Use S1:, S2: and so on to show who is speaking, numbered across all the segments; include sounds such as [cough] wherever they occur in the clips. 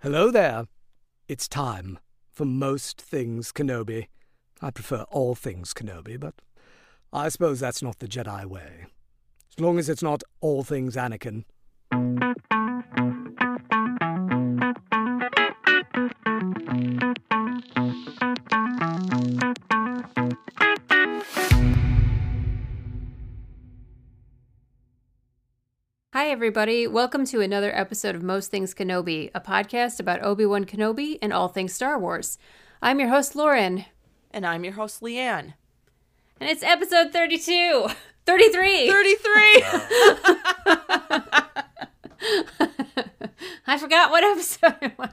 S1: Hello there. It's time for most things Kenobi. I prefer all things Kenobi, but I suppose that's not the Jedi way. As long as it's not all things Anakin.
S2: Hi, everybody. Welcome to another episode of Most Things Kenobi, a podcast about Obi Wan Kenobi and all things Star Wars. I'm your host, Lauren,
S3: And I'm your host, Leanne.
S2: and it's episode 32, 33.
S3: 33!
S2: I forgot what episode it was.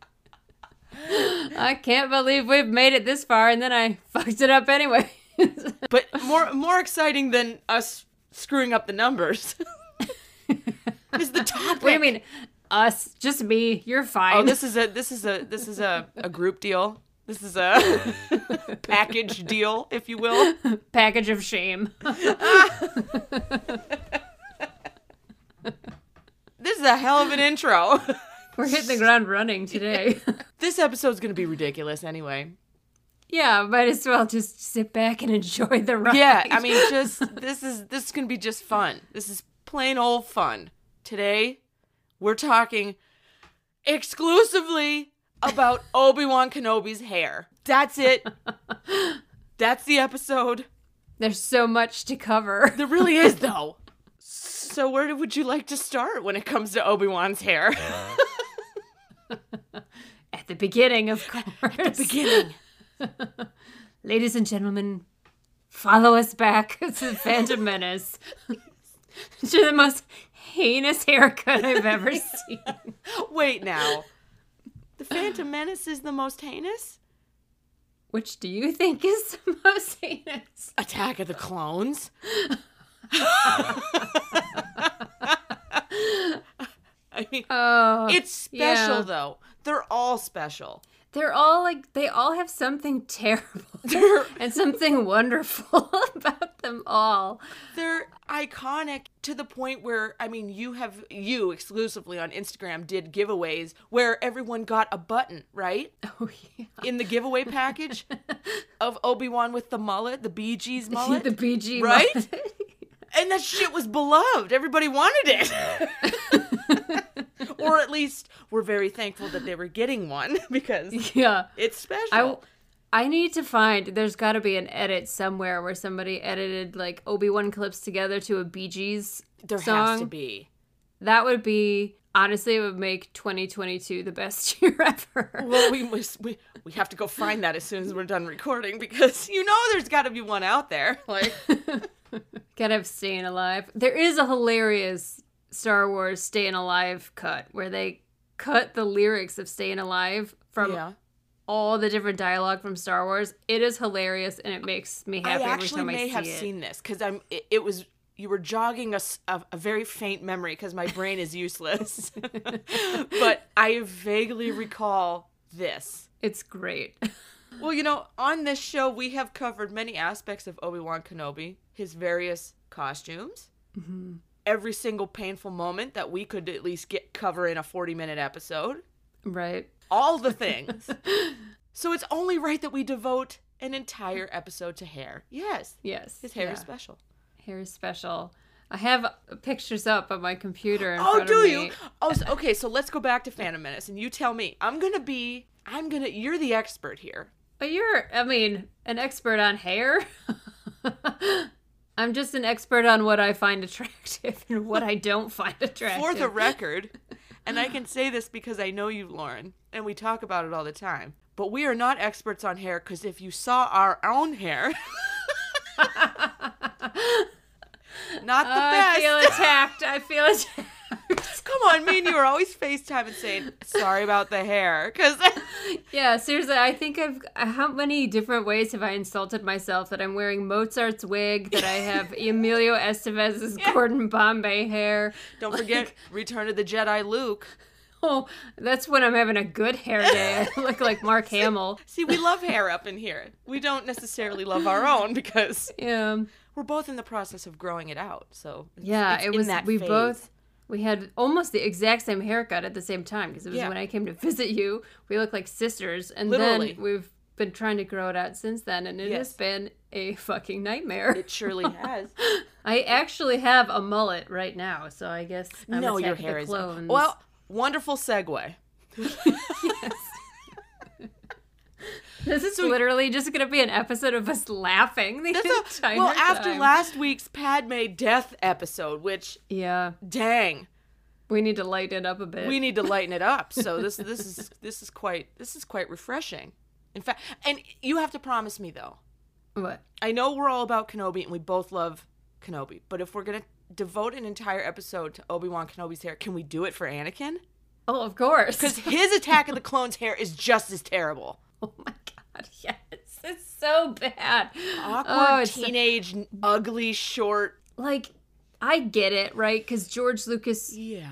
S2: [laughs] I can't believe we've made it this far, and then I fucked it up anyway. [laughs]
S3: but more more exciting than us screwing up the numbers [laughs] is the topic.
S2: what do you mean? Us, just me, you're fine.
S3: Oh, this is a this is a this is a, a group deal. This is a [laughs] package deal, if you will.
S2: package of shame. [laughs]
S3: This is a hell of an intro. [laughs]
S2: We're hitting the ground running today.
S3: this episode's gonna be ridiculous anyway.
S2: Yeah, might as well just sit back and enjoy the ride. [laughs]
S3: Yeah, I mean, just this is this is gonna be just fun. This is plain old fun. Today, we're talking exclusively about Obi Wan Kenobi's hair. That's it. That's the episode.
S2: there's so much to cover.
S3: There really is though. So where would you like to start when it comes to Obi Wan's hair?
S2: [laughs] At the beginning, of course.
S3: Beginning.
S2: Ladies and gentlemen, follow us back [laughs] to the Phantom Menace. [laughs] to the most heinous haircut I've [laughs] ever seen.
S3: [laughs] Wait now. The Phantom Menace is the most heinous
S2: Which do you think is the [laughs] most heinous?
S3: attack of the clones. I mean,
S2: Oh,
S3: It's special
S2: Yeah.
S3: though. They're all special.
S2: they're all like they all have something [laughs] terrible
S3: They're
S2: and something wonderful [laughs] about them all.
S3: they're iconic to the point where I mean you have you exclusively on Instagram did giveaways where everyone got a button, right?
S2: Oh yeah.
S3: In the
S2: [laughs]
S3: giveaway package of Obi-Wan with the mullet, the Bee Gees mullet.
S2: the BG
S3: right?
S2: mullet.
S3: [laughs] and that shit was beloved. Everybody wanted it. [laughs] or at least we're very thankful that they were getting one [laughs]
S2: [laughs]
S3: because
S2: Yeah.
S3: it's special.
S2: I, I need to find. There's got to be an edit somewhere where somebody edited like Obi Wan clips together to a Bee Gees
S3: there
S2: song.
S3: has to be.
S2: That would be honestly, it would make 2022 the best [laughs] year ever.
S3: Well, we must we, we have to go find that as soon as we're done recording because [laughs] you know there's got to be one out there. Like
S2: [laughs] Gotta have staying alive. There is a hilarious Star Wars staying alive cut where they cut the lyrics of staying alive from
S3: Um,
S2: all the different dialogue from Star Wars. It is hilarious and it makes me
S3: I
S2: happy every
S3: actually
S2: time I
S3: may
S2: see
S3: have
S2: it.
S3: seen this because I'm. It, it was you were jogging a, s- a- a very faint memory because my brain is
S2: [laughs]
S3: useless, [laughs] but I vaguely recall this.
S2: It's great. [laughs]
S3: Well, you know, on this show we have covered many aspects of Obi Wan Kenobi, his various costumes.
S2: Mm-hmm.
S3: Every single painful moment that we could at least get cover in a 40 minute episode.
S2: right.
S3: all
S2: [laughs]
S3: the things. so it's only right that we devote an entire episode to hair. Yes,
S2: Yes.
S3: his hair
S2: yeah.
S3: is special.
S2: hair is special. I have pictures up on my computer. In
S3: Oh,
S2: front
S3: do
S2: of
S3: you?
S2: me.
S3: Oh, so, okay. So let's go back to Phantom Menace, and you tell me. I'm gonna be. I'm gonna. You're the expert here.
S2: But you're, I mean, an expert on hair. [laughs] I'm just an expert on what I find attractive and what I don't find attractive.
S3: [laughs] For
S2: [laughs]
S3: the record, and I can say this because I know you, Lauren, and we talk about it all the time. But we are not experts on hair because if you saw our own hair, [laughs] not the
S2: I
S3: best. [laughs]
S2: feel attacked. I feel attacked.
S3: Come on, me and you are always FaceTime and saying, sorry about the hair. Because
S2: [laughs] Yeah, seriously, I think I've. How many different ways have I insulted myself that I'm wearing Mozart's wig, that I
S3: [laughs]
S2: have Emilio Estevez's Gordon Bombay hair?
S3: [laughs] don't forget, Return of the Jedi Luke.
S2: Oh, that's when I'm having a good hair day. [laughs] I look like Mark Hamill.
S3: See, we love hair up in here. We don't necessarily love our own [laughs] because
S2: Yeah.
S3: we're both in the process of growing it out. So it's-
S2: Yeah,
S3: it's
S2: it
S3: in
S2: was
S3: that
S2: we
S3: phase.
S2: both We had almost the exact same haircut at the same time because it was
S3: Yeah.
S2: when I came to visit you. We look like sisters, and
S3: Literally.
S2: then we've been trying to grow it out since then, and it
S3: Yes.
S2: has been a fucking nightmare. [laughs]
S3: It surely has.
S2: I actually have a mullet right now, so I guess I'm
S3: no, your
S2: Attack of
S3: hair
S2: the
S3: is
S2: clones.
S3: well. Wonderful segue.
S2: [laughs] this is literally just going to be an episode of us laughing the
S3: That's a,
S2: entire
S3: well, after
S2: time.
S3: last week's Padme death episode, which
S2: yeah,
S3: dang,
S2: we need to lighten it up a bit.
S3: we need to lighten it up. So this this is this is quite this is quite refreshing. In fact, and you have to promise me though.
S2: what?
S3: I know we're all about Kenobi and we both love Kenobi, but if we're gonna devote an entire episode to Obi Wan Kenobi's hair, can we do it for Anakin?
S2: Oh, of course.
S3: Because his Attack of the Clones hair is just as terrible.
S2: [laughs] Oh my god, yes, it's so bad.
S3: Awkward
S2: oh, it's
S3: teenage, n- ugly, short.
S2: like I get it, right? Because George Lucas,
S3: Yeah.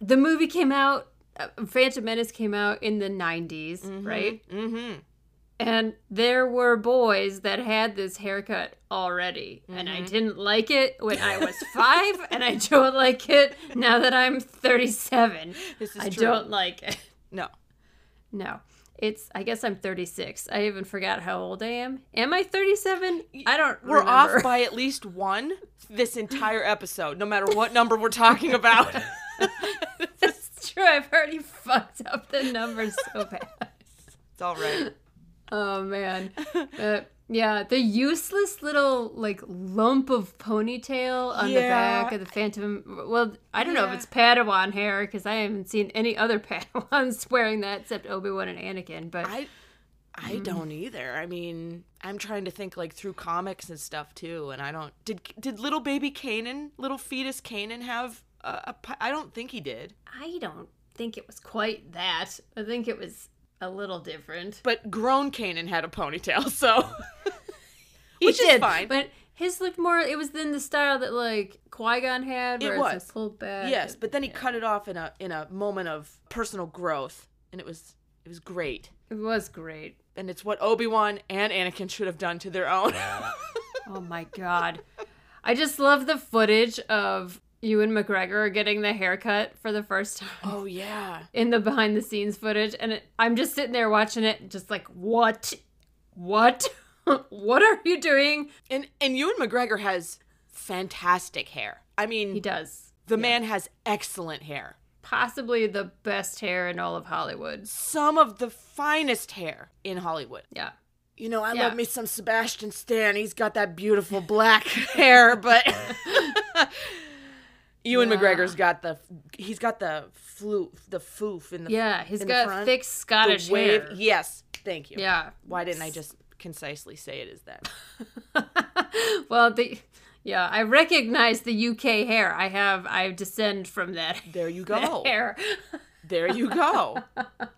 S2: the movie came out, uh, Phantom Menace came out in the '90s, right?
S3: Mm-hmm.
S2: And there were boys that had this haircut already, and
S3: Mm-hmm.
S2: I didn't like it when I was five, and I don't like it now that I'm 37.
S3: [laughs] This is
S2: I
S3: true.
S2: don't like it.
S3: No.
S2: No. It's I guess I'm 36. I even forgot how old I am. Am I 37? I don't
S3: We're
S2: remember.
S3: off by at least one this entire episode, no matter what number we're talking about.
S2: [laughs]
S3: [laughs]
S2: That's true. I've already fucked up the numbers so [laughs] bad.
S3: it's all right.
S2: Oh man. But yeah, the useless little like lump of ponytail on the
S3: Yeah.
S2: back of the Phantom. Well, I don't know
S3: Yeah.
S2: if it's Padawan hair because I haven't seen any other [laughs] Padawans wearing that except Obi Wan and Anakin. But
S3: I I don't either. I mean, I'm trying to think like through comics and stuff too, and I don't. Did did little baby Kanan, little fetus Kanan, have a? a pi- I don't think he did.
S2: I don't think it was quite that. I think it was a little different.
S3: But grown Kanan had a ponytail, so [laughs]
S2: He
S3: Which is
S2: did,
S3: fine.
S2: But his looked more. It was then the style that like Qui Gon had,
S3: It
S2: where
S3: was.
S2: it's a pulled back.
S3: yes. But then he cut it off in a in a moment of personal growth, and it was it was great.
S2: it was great.
S3: And it's what Obi Wan and Anakin should have done to their own.
S2: Oh my god. I just love the footage of you and McGregor getting the haircut for the first time
S3: [laughs]
S2: [laughs]
S3: oh yeah.
S2: in the behind the scenes footage and it, I'm just sitting there watching it just like what what [laughs] what are you doing?
S3: And and Ewan McGregor has fantastic hair. I mean,
S2: He does.
S3: the man has excellent hair.
S2: Possibly the best hair in all of Hollywood.
S3: Some of the finest hair in Hollywood.
S2: Yeah.
S3: You know, I
S2: Yeah.
S3: love me some Sebastian Stan. He's got that beautiful [laughs] black hair, but [laughs] Ewan
S2: Yeah.
S3: McGregor's got the he's got the flu the foof in the
S2: Yeah, he's
S3: in the
S2: got
S3: front,
S2: thick
S3: the
S2: Scottish
S3: wave.
S2: hair.
S3: Yes, thank you.
S2: Yeah.
S3: Why didn't I just concisely say it as that?
S2: [laughs] well, the yeah, I recognize the UK hair. I have I descend from that [laughs]
S3: There you go.
S2: hair. [laughs]
S3: There you go.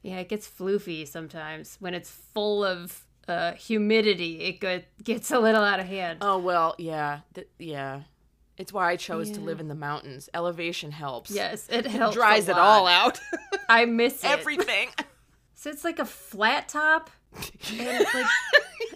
S2: Yeah, it gets floofy sometimes when it's full of uh, humidity. It get, gets a little out of hand.
S3: Oh well, yeah, th- yeah. It's why I chose to live in the mounds. Elevation helps.
S2: yes, it helps.
S3: dries
S2: a
S3: it
S2: lot.
S3: all out.
S2: I miss it.
S3: [laughs] Everything.
S2: So it's like a flat top. And it's
S3: [laughs]
S2: like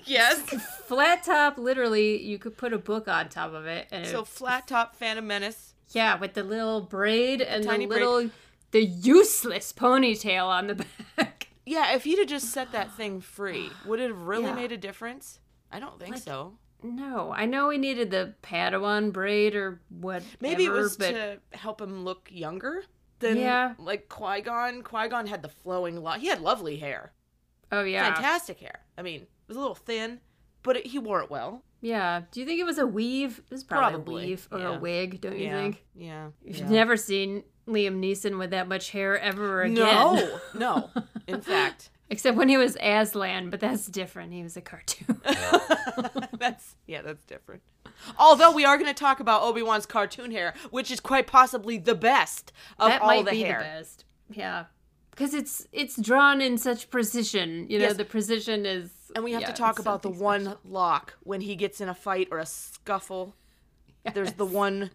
S3: yes.
S2: flat top, literally, you could put a book on top of it. And
S3: So
S2: it,
S3: flat top Phantom Menace.
S2: yeah, with the little braid and
S3: tiny
S2: the
S3: braid.
S2: little, the useless ponytail on the [laughs] back.
S3: Yeah, if you'd have just set that thing free, would it have really
S2: Yeah.
S3: made a difference? I don't think so.
S2: No, I know we needed the Padawan braid or what.
S3: Maybe it was
S2: but
S3: to help him look younger than
S2: Yeah.
S3: like Qui Gon. Qui Gon had the flowing lot. He had lovely hair,
S2: oh yeah,
S3: fantastic hair. I mean, it was a little thin, but it, he wore it well.
S2: Yeah. Do you think it was a weave? It was probably,
S3: Probably,
S2: a weave or
S3: yeah.
S2: a wig, don't you
S3: yeah.
S2: think?
S3: Yeah.
S2: You've
S3: yeah.
S2: never seen Liam Neeson with that much hair ever again. [laughs]
S3: No, no. In fact, [laughs]
S2: Except when he was Aslan, but that's different. He was a cartoon.
S3: that's yeah, that's different. Although we are going to talk about Obi Wan's cartoon hair, which is quite possibly the best
S2: [laughs]
S3: of
S2: that
S3: all
S2: might
S3: the
S2: be
S3: hair.
S2: the best. Yeah. Because it's it's drawn in such precision. You know,
S3: Yes.
S2: the precision is
S3: And we have
S2: yeah,
S3: to talk
S2: it's
S3: about the
S2: something
S3: one lock when he gets in a fight or a scuffle. There's the one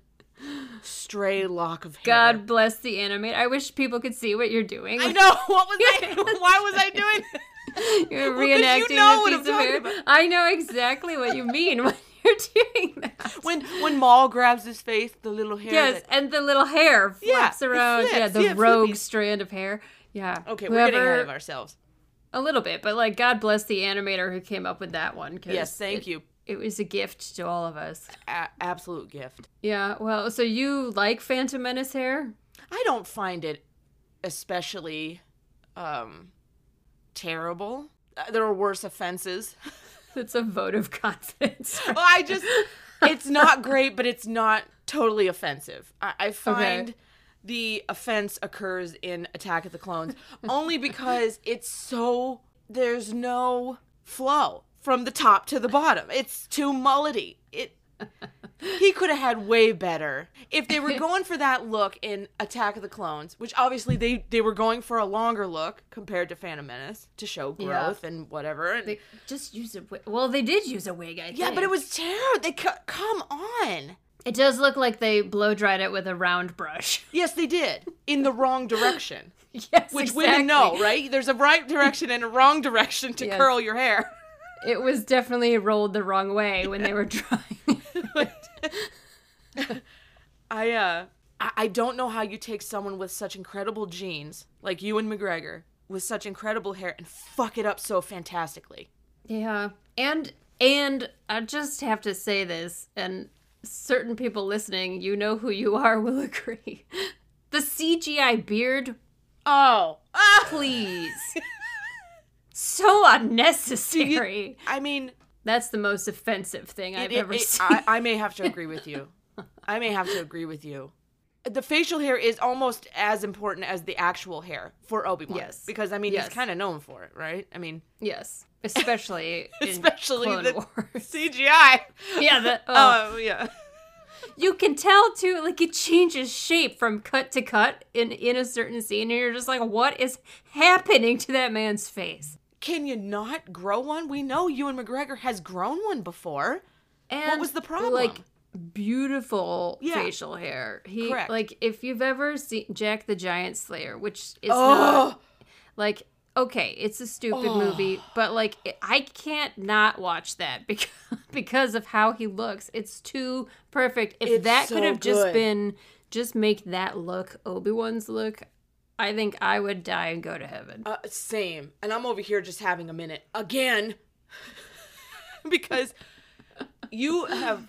S3: stray lock of hair.
S2: God bless the animate. I wish people could see what you're doing.
S3: I know. [laughs] What was I? Why was I
S2: [laughs]
S3: doing?
S2: You're
S3: [laughs] Well, 'cause
S2: reenacting
S3: you know what
S2: a
S3: I'm
S2: piece of
S3: talking
S2: hair.
S3: about.
S2: I know exactly what you mean [laughs] when you're they're doing that.
S3: When when Maul grabs his face, the little hair.
S2: yes,
S3: that-
S2: and the little hair flips
S3: Yeah, it
S2: around. yeah,
S3: flips.
S2: the
S3: Yeah, it
S2: rogue
S3: flippies.
S2: strand of hair. Yeah.
S3: okay, we're getting ahead of
S2: whoever-
S3: ourselves.
S2: A little bit, but like, God bless the animator who came up with that one. 'cause
S3: Yes, thank
S2: it-
S3: you.
S2: It was a gift to all of us.
S3: A- absolute gift.
S2: Yeah. Well, so you like Phantom Menace hair?
S3: I don't find it especially um terrible. Uh, There are worse offenses.
S2: That's a vote of [laughs]
S3: [laughs]
S2: confidence.
S3: Well, I just it's not great, but it's not totally offensive. I, I find the offense occurs in Attack of the
S2: [laughs]
S3: Clones only because it's so there's no flow from the top to the bottom. It's too mullety. It he could have had way better if they were going for that look in Attack of the Clones, which obviously they they were going for a longer look compared to Phantom Menace to show
S2: Yeah.
S3: growth and whatever. And,
S2: They just use a wig. Well, they did use a wig, I think.
S3: yeah, but it was terrible. They cu- come on.
S2: It does look like they blow dried it with a round brush. [laughs]
S3: Yes, they did. In the wrong direction. [laughs]
S2: yes,
S3: Which
S2: exactly.
S3: women know, right? There's a right direction and a wrong direction to
S2: Yes.
S3: curl your hair.
S2: It was definitely rolled the wrong way when they were [laughs] drying.
S3: I uh I, I don't know how you take someone with such incredible genes, like you and McGregor, with such incredible hair and fuck it up so fantastically.
S2: yeah, and and I just have to say this, and certain people listening, you know who you are, will [laughs] agree. The CGI beard,
S3: Oh.
S2: please. [laughs] so unnecessary.
S3: I mean
S2: That's the most offensive thing I've
S3: it-
S2: ever
S3: it-
S2: seen.
S3: I, I may have to agree with you. I may have to agree with you. The facial hair is almost as important as the actual hair for Obi Wan.
S2: Yes.
S3: Because I mean
S2: Yes.
S3: he's kinda known for it, right?
S2: [laughs]
S3: I mean
S2: yes, [laughs] especially
S3: Especially
S2: in Clone
S3: the-
S2: Wars.
S3: CGI.
S2: [laughs] yeah, the, oh.
S3: Oh yeah.
S2: you can tell too. Like it changes shape from cut to cut in in a certain scene, and you're just like, what is happening to that man's face?
S3: Can you not grow one? We know Ewan McGregor has grown one before.
S2: And
S3: was the problem?
S2: Like beautiful
S3: Yeah.
S2: facial hair. He
S3: Correct.
S2: like if you've ever seen Jack the Giant Slayer, which is not
S3: Oh,
S2: Like, okay, it's a stupid movie, but like it- I can't not watch that [laughs] because because of how he looks. It's too perfect. If
S3: It's
S2: that
S3: so
S2: could have just
S3: good.
S2: been just make that look Obi-Wan's look, I think I would die and go to heaven.
S3: uh, same. And I'm over here just having a minute again [laughs] because you have.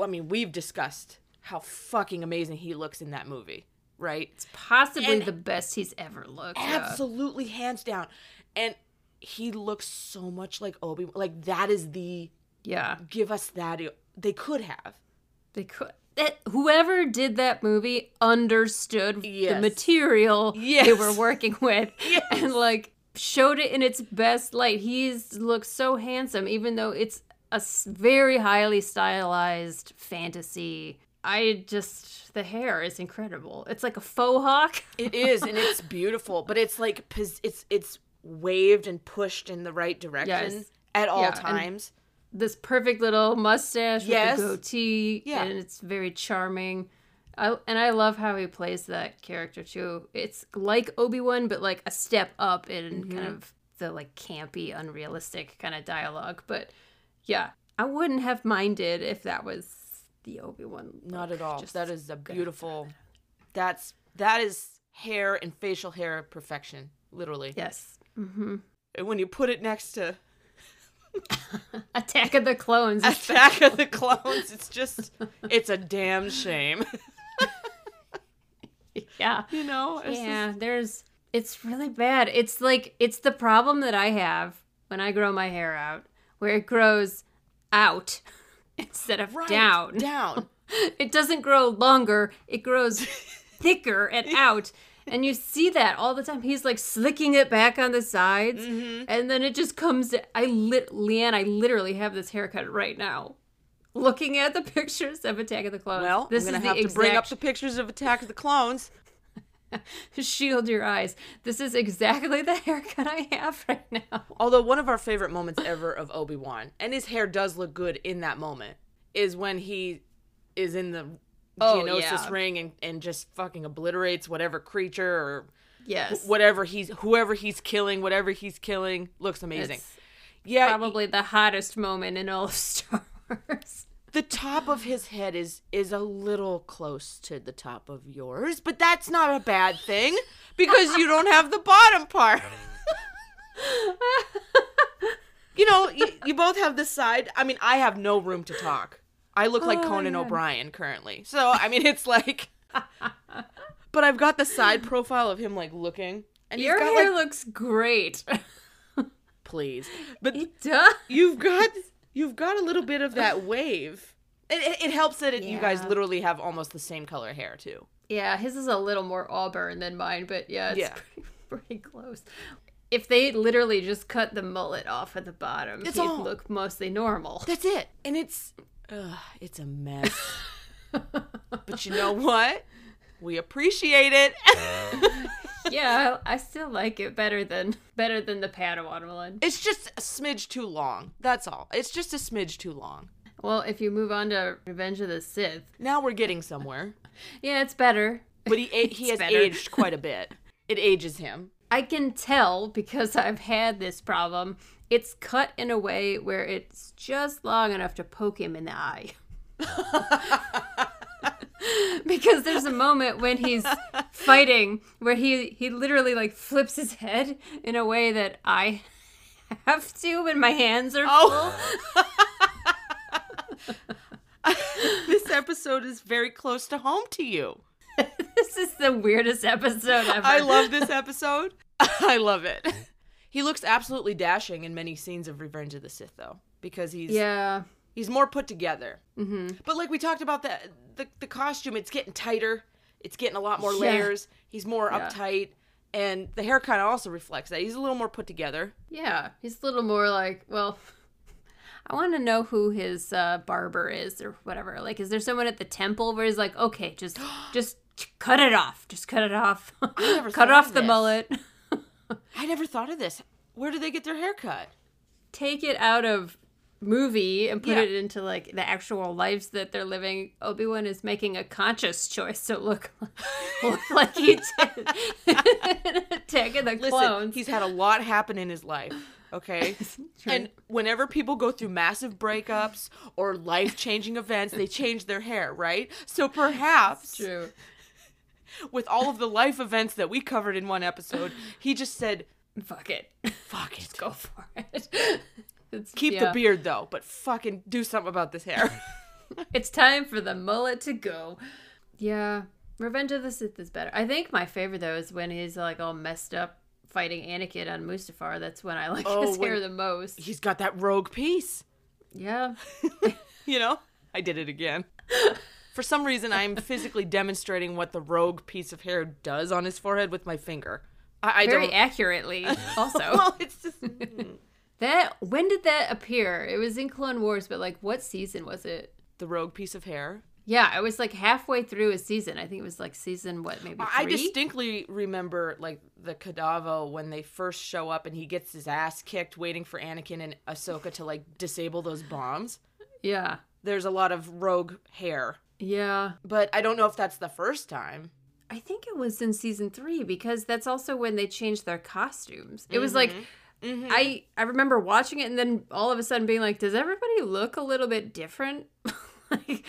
S3: I mean, we've discussed how fucking amazing he looks in that movie, right?
S2: Possibly
S3: and-
S2: the best he's ever looked. yeah.
S3: Absolutely, hands down. And he looks so much like Obi. Like that is the
S2: Yeah.
S3: give us that. They could have.
S2: They could that whoever did that movie understood the
S3: Yes.
S2: material they
S3: Yes.
S2: were working [laughs]
S3: [laughs]
S2: with and like showed it in its best light. He's looks so handsome, even though it's a s- very highly stylized fantasy. I just the hair is incredible. It's like a faux hawk. [laughs]
S3: It is, and it's beautiful, but it's like pos- it's it's waved and pushed in the right direction
S2: Yes.
S3: at all
S2: Yeah, and-
S3: times.
S2: This perfect little mustache
S3: Yes.
S2: with the goatee,
S3: Yeah.
S2: and it's very charming. I, and I love how he plays that character too. It's like Obi Wan, but like a step up in
S3: Mm-hmm.
S2: kind of the like campy, unrealistic kind of dialogue. But yeah, I wouldn't have minded if that was the Obi Wan.
S3: Not at all. that is a beautiful. That's that is hair and facial hair perfection, literally.
S2: Yes. Mm-hmm.
S3: And when you put it next [laughs] to
S2: Attack of the Clones.
S3: [laughs] Attack of the Clones, it's [laughs] just it's a damn shame. [laughs]
S2: yeah.
S3: You know, [laughs] It's just-
S2: Yeah, there's it's really bad. It's like it's the problem that I have when I grow my hair out, where it grows out [laughs] instead of
S3: Right,
S2: down.
S3: [laughs] down.
S2: [laughs] It doesn't grow longer, it
S3: [laughs]
S2: grows thicker and out. And you see that all the time. He's like slicking it back on the sides,
S3: Mm-hmm.
S2: and then it just comes. I lit Leanne. I literally have this haircut right now. Looking at the [laughs] pictures of Attack of the Clones.
S3: Well,
S2: this
S3: I'm
S2: is
S3: gonna have
S2: the
S3: to bring up
S2: exact
S3: the pictures of Attack of the Clones.
S2: [laughs] shield your eyes. This is exactly the [laughs] haircut I have right now.
S3: Although one of our
S2: [laughs]
S3: favorite moments ever of Obi Wan, and his hair does look good in that moment, is when he is in the
S2: Oh,
S3: Geonosis
S2: yeah.
S3: ring and, and just fucking obliterates whatever creature or
S2: Yes.
S3: whatever he's whoever he's killing, whatever he's killing looks amazing.
S2: It's
S3: yeah,
S2: Probably the hottest moment in all of Star Wars.
S3: the top of his head is is a little close to the top of yours, but that's not a bad thing because you don't have the bottom part. [laughs] you know, you, you both have this side. I mean, I have no room to talk. I look like
S2: Oh,
S3: Conan
S2: yeah.
S3: O'Brien currently. So, I mean, it's like but I've got the side profile of him like looking and he's
S2: Your
S3: got
S2: hair
S3: like
S2: looks [laughs] great.
S3: please. But
S2: it does.
S3: you've got you've got a little bit of that wave. It, it, it helps that it, you guys
S2: Yeah.
S3: literally have almost the same color hair too.
S2: Yeah, his is a little more auburn than mine, but yeah, it's
S3: Yeah.
S2: Pretty, [laughs] pretty close. If they literally just cut the mullet off at the bottom,
S3: It's
S2: he'd
S3: all-
S2: look mostly normal.
S3: That's it. And it's ugh, it's a mess. [laughs] but you know what? We appreciate it.
S2: [laughs]
S3: [laughs]
S2: yeah, I I still like it better than better than the Padawan one.
S3: it's just a smidge too long. That's all. It's just a smidge too long.
S2: Well, if you move on to Revenge of the Sith,
S3: Now we're getting somewhere.
S2: yeah, it's better.
S3: But he [laughs] a- he has
S2: better.
S3: aged quite a bit. It ages him.
S2: I can tell because [laughs] I've had this problem. It's cut in a way where it's just long enough to poke him in the eye. [laughs] because there's a moment when he's
S3: [laughs]
S2: fighting where he he literally like flips his head in a way that I [laughs] have to when my hands are
S3: Oh. this episode is very close to home to you.
S2: [laughs] this is the weirdest episode ever.
S3: I love this episode. [laughs] I love it. He looks absolutely dashing in many scenes of Revenge of the Sith though, because he's
S2: Yeah.
S3: he's more put together. Mm-hmm. But like we talked about the, the the costume, it's getting tighter. It's getting a lot more
S2: Yeah.
S3: layers. He's more
S2: Yeah.
S3: uptight, and the hair kind of also reflects that. He's a little more put together.
S2: Yeah, he's a little more like, well, [laughs] I want to know who his uh, barber is or whatever. Like, is there someone at the temple where he's like, okay,
S3: [gasps]
S2: just just cut it off, just cut it off, [laughs]
S3: never
S2: cut
S3: thought
S2: off
S3: of
S2: the
S3: this.
S2: mullet, [laughs]
S3: I never thought of this. Where do they get their hair cut?
S2: take it out of movie and put
S3: Yeah.
S2: it into like the actual lives that they're living. Obi Wan is making a conscious choice to look [laughs] like
S3: [laughs]
S2: he did [laughs] attacking the
S3: Listen,
S2: clones.
S3: he's had a lot happen in his life. [laughs] Okay. and whenever people go through massive breakups or life changing events, they change their hair, right? So perhaps
S2: True.
S3: with all of the life events that we covered in one episode, he just said,
S2: Fuck it. [laughs]
S3: fuck it.
S2: Go for it. It's-
S3: Keep
S2: yeah.
S3: the beard though, but fucking do something about
S2: [laughs]
S3: this hair.
S2: It's time for the mullet to go. Yeah. Revenge of the Sith is better. I think my favorite though is when he's like all messed up fighting Anakin on Mustafar. That's when I like
S3: Oh,
S2: his hair
S3: when-
S2: the most.
S3: He's got that rogue piece,
S2: Yeah.
S3: you know? I did it again. For some reason, I'm physically demonstrating what the rogue piece of hair does on his forehead with my finger. I, I
S2: Very
S3: don't.
S2: accurately also.
S3: [laughs] well, it's just.
S2: that when did that appear? It was in Clone Wars, but like what season was it?
S3: the rogue piece of hair.
S2: Yeah, it was like halfway through a season. I think it was like season what, maybe three?
S3: I distinctly remember like the Kadavo when they first show up and he gets his ass kicked waiting for Anakin and Ahsoka to like disable those bombs.
S2: Yeah.
S3: There's a lot of rogue hair,
S2: Yeah.
S3: but I don't know if that's the first time.
S2: I think it was in season three because that's also when they changed their costumes. It was like I I remember watching it and then all of a sudden being like, does everybody look a little bit different? [laughs] like,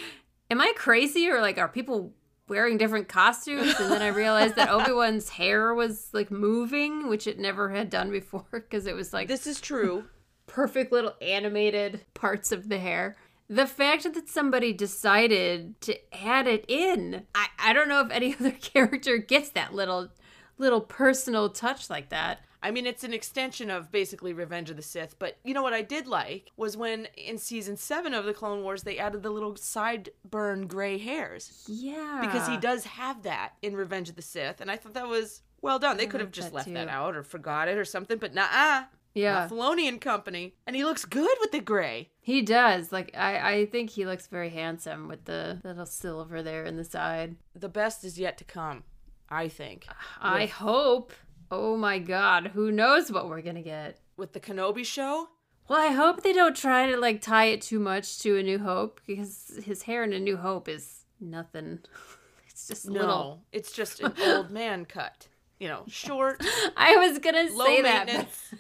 S2: am I crazy or like are people wearing different costumes? And then I realized that Obi Wan's hair was like moving, which it never had done before because it was like
S3: This is true.
S2: perfect little animated parts of the hair. The fact that somebody decided to add it in, I, I don't know if any [laughs] other character gets that little little personal touch like that.
S3: I mean, it's an extension of basically Revenge of the Sith, but you know what I did like was when in season seven of the Clone Wars they added the little sideburn gray hairs
S2: Yeah.
S3: because he does have that in Revenge of the Sith, and I thought that was well done. They could have
S2: like
S3: just
S2: that
S3: left that
S2: too.
S3: out or forgot it or something, but nah.
S2: Yeah.
S3: yeah. Filoni and company, and he looks good with the gray.
S2: He does. Like I, I think he looks very handsome with the little silver there in the side.
S3: The best is yet to come, I think,
S2: [sighs] I hope. Oh my god, who knows what we're gonna get.
S3: with the Kenobi show.
S2: Well, I hope they don't try to like tie it too much to A New Hope because his hair in A New Hope is nothing. [laughs] It's just
S3: No,
S2: little.
S3: it's just
S2: [laughs]
S3: an old man cut. You know, short,
S2: I was gonna
S3: low
S2: say that.
S3: [laughs] maintenance.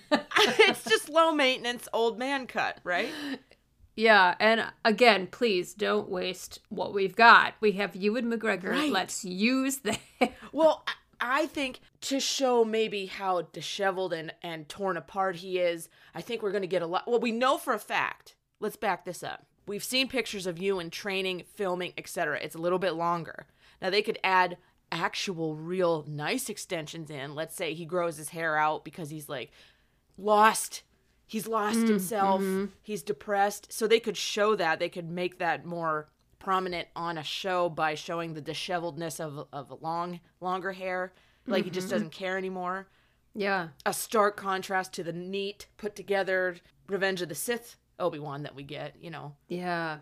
S3: it's just low maintenance old man cut, right?
S2: but Yeah, and again, please don't waste what we've got. We have you and McGregor.
S3: Right.
S2: Let's use them.
S3: Well, I- I think to show maybe how disheveled and, and torn apart he is, I think we're going to get a lot. Well, we know for a fact. Let's back this up. We've seen pictures of you in training, filming, etc. It's a little bit longer. Now they could add actual real nice extensions in. Let's say he grows his hair out because he's like lost. He's lost himself. He's depressed. So they could show that. They could make that more prominent on a show by showing the disheveledness of of long longer hair. Like he just doesn't care anymore.
S2: [laughs] yeah.
S3: A stark contrast to the neat, put together Revenge of the Sith Obi Wan that we get. You know,
S2: Yeah.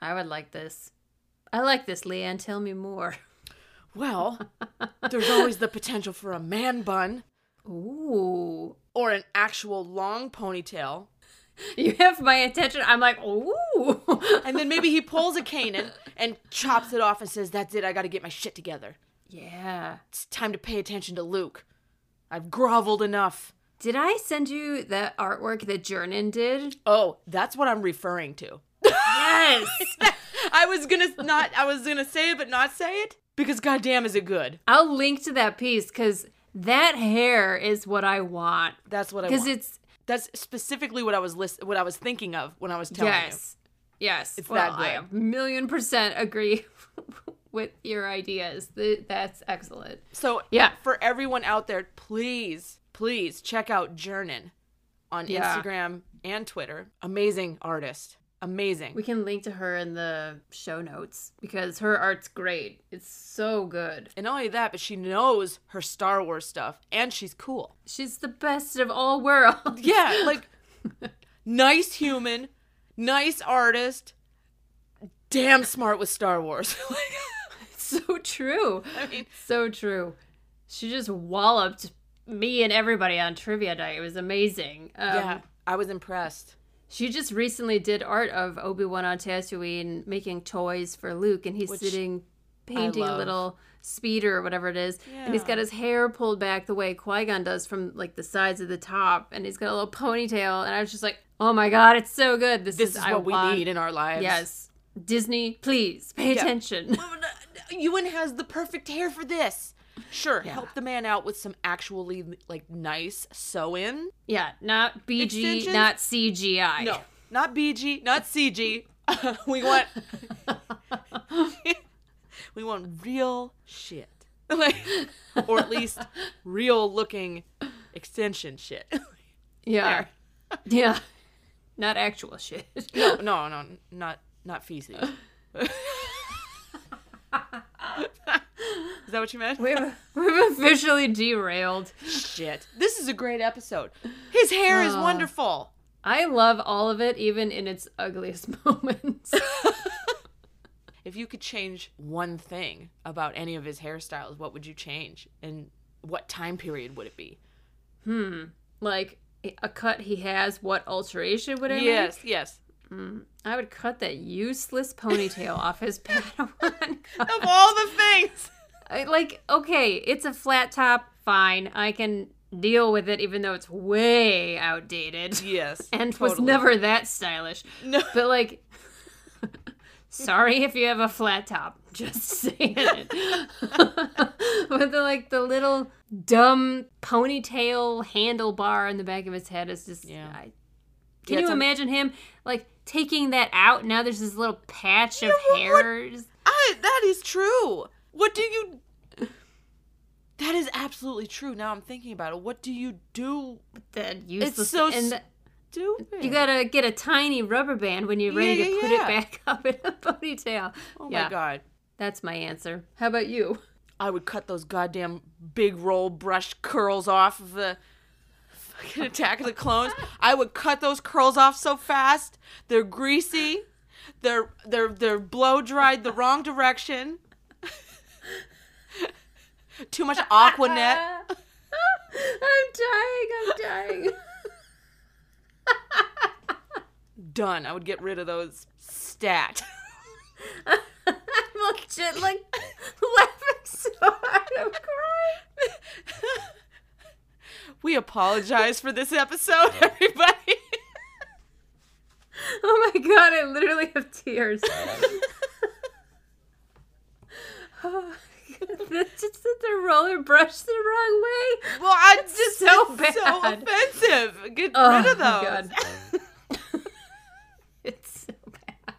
S2: I would like this. I like this, Leanne. Tell me more. [laughs]
S3: well, there's always the potential for a man bun
S2: Ooh.
S3: or an actual long ponytail
S2: You have my attention. I'm like, ooh. [laughs]
S3: And then maybe he pulls a Canaan and chops it off and says, That's it, I gotta get my shit together.
S2: yeah.
S3: It's time to pay attention to Luke. I've groveled enough.
S2: Did I send you the artwork that Jernin did?
S3: Oh, that's what I'm referring to.
S2: Yes.
S3: I was gonna not I was gonna say it but not say it. Because goddamn is it good.
S2: [laughs] I'll link to that piece because that hair is what I want.
S3: That's what I
S2: Because
S3: want.
S2: it's
S3: that's specifically what I was list- what I was thinking of when I was telling you.
S2: yes, yes.
S3: It's
S2: well,
S3: that good.
S2: I a million percent agree [laughs] with your ideas. Th- That's excellent.
S3: So
S2: Yeah.
S3: for everyone out there, please, please check out Jernin on
S2: Yeah.
S3: Instagram and Twitter. Amazing artist. Amazing.
S2: We can link to her in the show notes because her art's great. It's so good.
S3: And not only that, but she knows her Star Wars stuff and she's cool.
S2: She's the best of all worlds.
S3: Yeah, like nice human, nice artist, damn smart with Star Wars. [laughs] Like,
S2: [laughs] so true.
S3: I mean,
S2: So true. She just walloped me and everybody on trivia night. It was amazing. Um,
S3: yeah, I was impressed.
S2: She just recently did art of Obi Wan on Tatooine making toys for Luke, and he's
S3: Which
S2: sitting painting a
S3: love.
S2: little speeder or whatever it is, and he's got his hair pulled back the way Qui Gon does from like the sides of the top, and he's got a little ponytail, and I was just like, oh my god, it's so good. This,
S3: This is what
S2: I
S3: we
S2: want-
S3: need in our lives.
S2: Yes, Disney, please pay attention. [laughs]
S3: Ewan has the perfect hair for this. Sure, help the man out with some actually like nice sew in.
S2: yeah, not BG,
S3: Extensions?
S2: not CGI.
S3: No, not BG, not CG. [laughs] we want we want real shit, like, [laughs] or at least real looking extension shit. [laughs]
S2: Yeah. [laughs] yeah. Not actual shit.
S3: [laughs] no, no, no, not not [laughs] feces. Is that what you meant?
S2: We've, [laughs] we've officially derailed.
S3: Shit, Uh. this is a great episode. His hair is wonderful.
S2: I love all of it, even in its ugliest [laughs] moments.
S3: If you could change one thing about any of his hairstyles, what would you change? And what time period would it be?
S2: like a cut he has, what alteration would I
S3: yes,
S2: make?
S3: yes.
S2: I would cut that useless ponytail off his [laughs] Padawan.
S3: Of all the things.
S2: I- like, okay, it's a flat top, fine. I can deal with it, even though it's way outdated.
S3: Yes.
S2: [laughs] and was
S3: totally.
S2: never that stylish.
S3: No.
S2: But like, sorry if you have a flat top. Just [laughs] saying it. but the like the little dumb ponytail handlebar in the back of his head is just.
S3: Yeah.
S2: I,
S3: Yeah,
S2: can
S3: it's
S2: you
S3: un-
S2: imagine him like taking that out? Now there's this little patch of
S3: what- what-
S2: hairs.
S3: I, that is true. What do you. That is absolutely true. Now I'm thinking about it. What do you do?
S2: That useless.
S3: so
S2: and
S3: s- Do
S2: you gotta get a tiny rubber band when you're
S3: Yeah,
S2: ready to
S3: yeah,
S2: put
S3: yeah.
S2: it back [laughs] up in a ponytail.
S3: Oh
S2: Yeah.
S3: my god.
S2: That's my answer. How about you?
S3: I would cut those goddamn big roll brush curls off of the fucking Attack of the Clones. I would cut those curls off so fast. They're greasy. They're they're they're blow dried the wrong direction. Too much Aquanet.
S2: [laughs] I'm dying. [laughs] I'm dying.
S3: Done. I would get rid of those stat.
S2: I'm legit like laughing so hard I'm crying.
S3: We apologize for this episode, everybody.
S2: Oh my god, I literally have tears. [laughs] oh, [laughs] that's just that the roller brushed the wrong way.
S3: Well, I just
S2: so
S3: so it's so
S2: bad.
S3: offensive. Get
S2: Oh
S3: rid of
S2: my
S3: those.
S2: god. [laughs] it's so bad.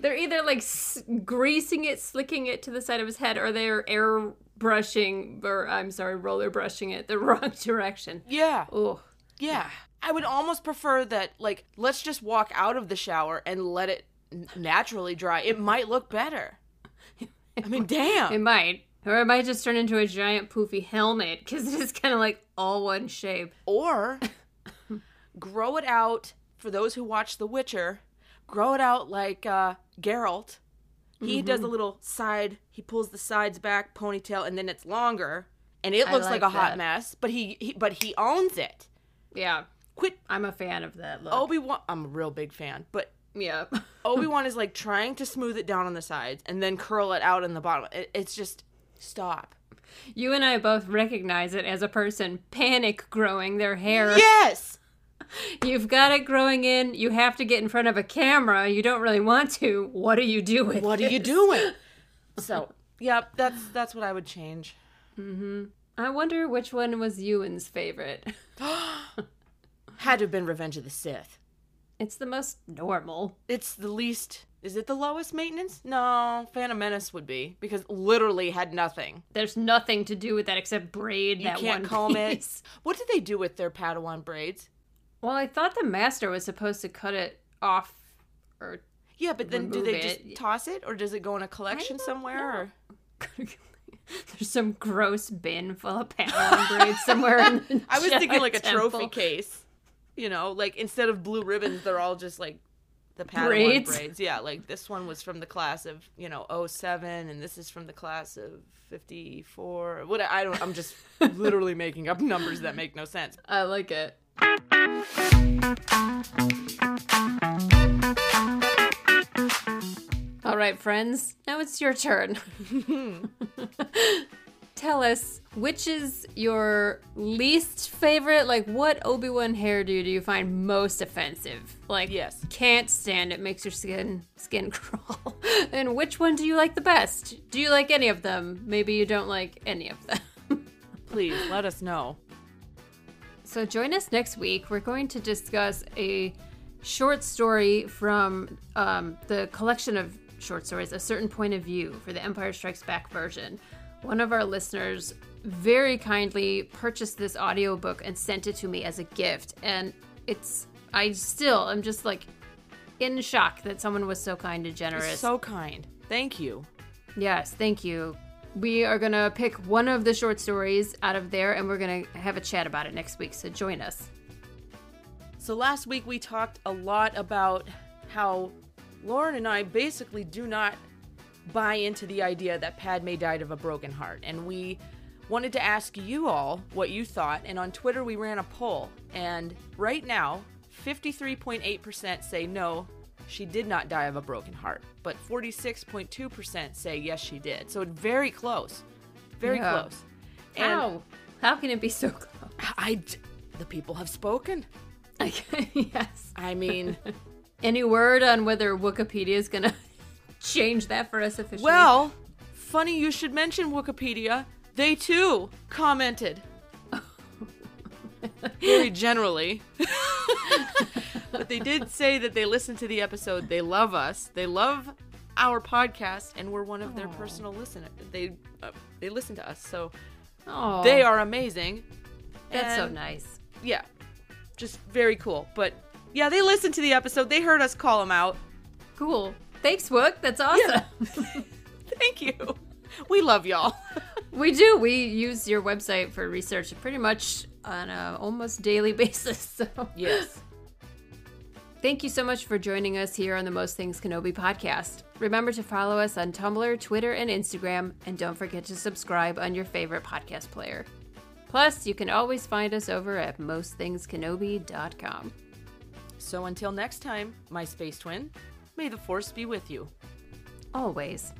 S2: They're either like s- greasing it, slicking it to the side of his head, or they're air brushing, or I'm sorry, roller brushing it the [laughs] wrong direction.
S3: Yeah,
S2: Oh,
S3: yeah. I would almost prefer that. Like, let's just walk out of the shower and let it n- naturally dry. It might look better. I mean,
S2: it
S3: damn.
S2: might. Or it might just turn into a giant poofy helmet because it is kind of like all one shape.
S3: Or grow it out. For those who watch The Witcher, grow it out like uh, Geralt. He does a little side. He pulls the sides back, ponytail, and then it's longer, and it
S2: I
S3: looks like,
S2: like
S3: a hot
S2: that.
S3: mess. But he, he, but he owns it.
S2: Yeah,
S3: Quit
S2: I'm a fan of that look.
S3: Obi Wan. I'm a real big fan, but
S2: yeah. [laughs]
S3: Obi Wan is like trying to smooth it down on the sides and then curl it out in the bottom. It, it's just stop.
S2: You and I both recognize it as a person panic growing their hair.
S3: Yes.
S2: You've got it growing in. You have to get in front of a camera. You don't really want to. What do you do with
S3: What are you
S2: this? [laughs]
S3: doing? So, yeah, that's that's what I would change.
S2: I wonder which one was Ewan's favorite. [laughs]
S3: Had to have been Revenge of the Sith.
S2: It's the most normal.
S3: It's the least. Is it the lowest maintenance? No, Phantom Menace would be because literally had nothing.
S2: There's nothing to do with that except braid
S3: You
S2: that
S3: can't
S2: one
S3: comb
S2: piece. [laughs]
S3: it. What did they do with their Padawan braids?
S2: Well, I thought the master was supposed to cut it off or [laughs]
S3: Yeah, but then do
S2: Remove
S3: they
S2: it.
S3: just toss it or does it go in a collection
S2: don't
S3: somewhere? Or?
S2: there's some gross bin full of Padawan
S3: [laughs]
S2: braids somewhere in the
S3: I was
S2: Jedi
S3: thinking like a trophy
S2: temple.
S3: case. You know, like instead of blue ribbons, they're all just like the Padawan
S2: Braids.
S3: braids. Yeah, like this one was from the class of, you know, 07 and this is from the class of 54. What I don't I'm just literally making up numbers that make no sense.
S2: I like it. All right, friends, now it's your turn. [laughs] Tell us which is your least favorite? Like, what Obi Wan hairdo do you find most offensive? Like,
S3: Yes.
S2: can't stand it, makes your skin skin [laughs] crawl. and which one do you like the best? Do you like any of them? Maybe you don't like any of them. [laughs]
S3: Please let us know.
S2: So join us next week. We're going to discuss a short story from um, the collection of short stories, A Certain Point of View, for the Empire Strikes Back version. One of our listeners very kindly purchased this audiobook and sent it to me as a gift. And it's, I still, I'm just like in shock that someone was so kind and generous.
S3: So kind. Thank you.
S2: Yes, thank you. We are going to pick one of the short stories out of there and we're going to have a chat about it next week. So join us.
S3: So last week we talked a lot about how Lauren and I basically do not buy into the idea that Padme died of a broken heart. And we wanted to ask you all what you thought. And on Twitter we ran a poll. And right now, 53.8% say no, she did not die of a broken heart. But 46.2% say yes, she did. So very close. Very
S2: Yeah.
S3: close. And
S2: How? How can it be so
S3: [laughs]
S2: close?
S3: I, d- the people have spoken.
S2: Okay, yes.
S3: I mean.
S2: Any word on whether Wikipedia is gonna [laughs] change that for us officially?
S3: Well, funny you should mention Wikipedia. They too commented. Very generally. [laughs] but they did say that they listened to the episode. They love us. They love our podcast and we're one of their personal listener. They uh, they listen to us. So
S2: Aw,
S3: they are amazing.
S2: That's so
S3: and-
S2: nice.
S3: Yeah. Just very cool. But yeah, they listened to the episode. They heard us call them out.
S2: Cool. Thanks, Wook. That's awesome. [laughs]
S3: Thank you. [laughs] We love y'all.
S2: we do. We use your website for research pretty much on a almost daily [laughs] basis. So
S3: Yes.
S2: Thank you so much for joining us here on the Most Things Kenobi podcast. Remember to follow us on Tumblr, Twitter, and Instagram, and don't forget to subscribe on your favorite podcast player. Plus, you can always find us over at mostthingskenobi.com.
S3: So until next time, my space twin, may the force be with you.
S2: Always.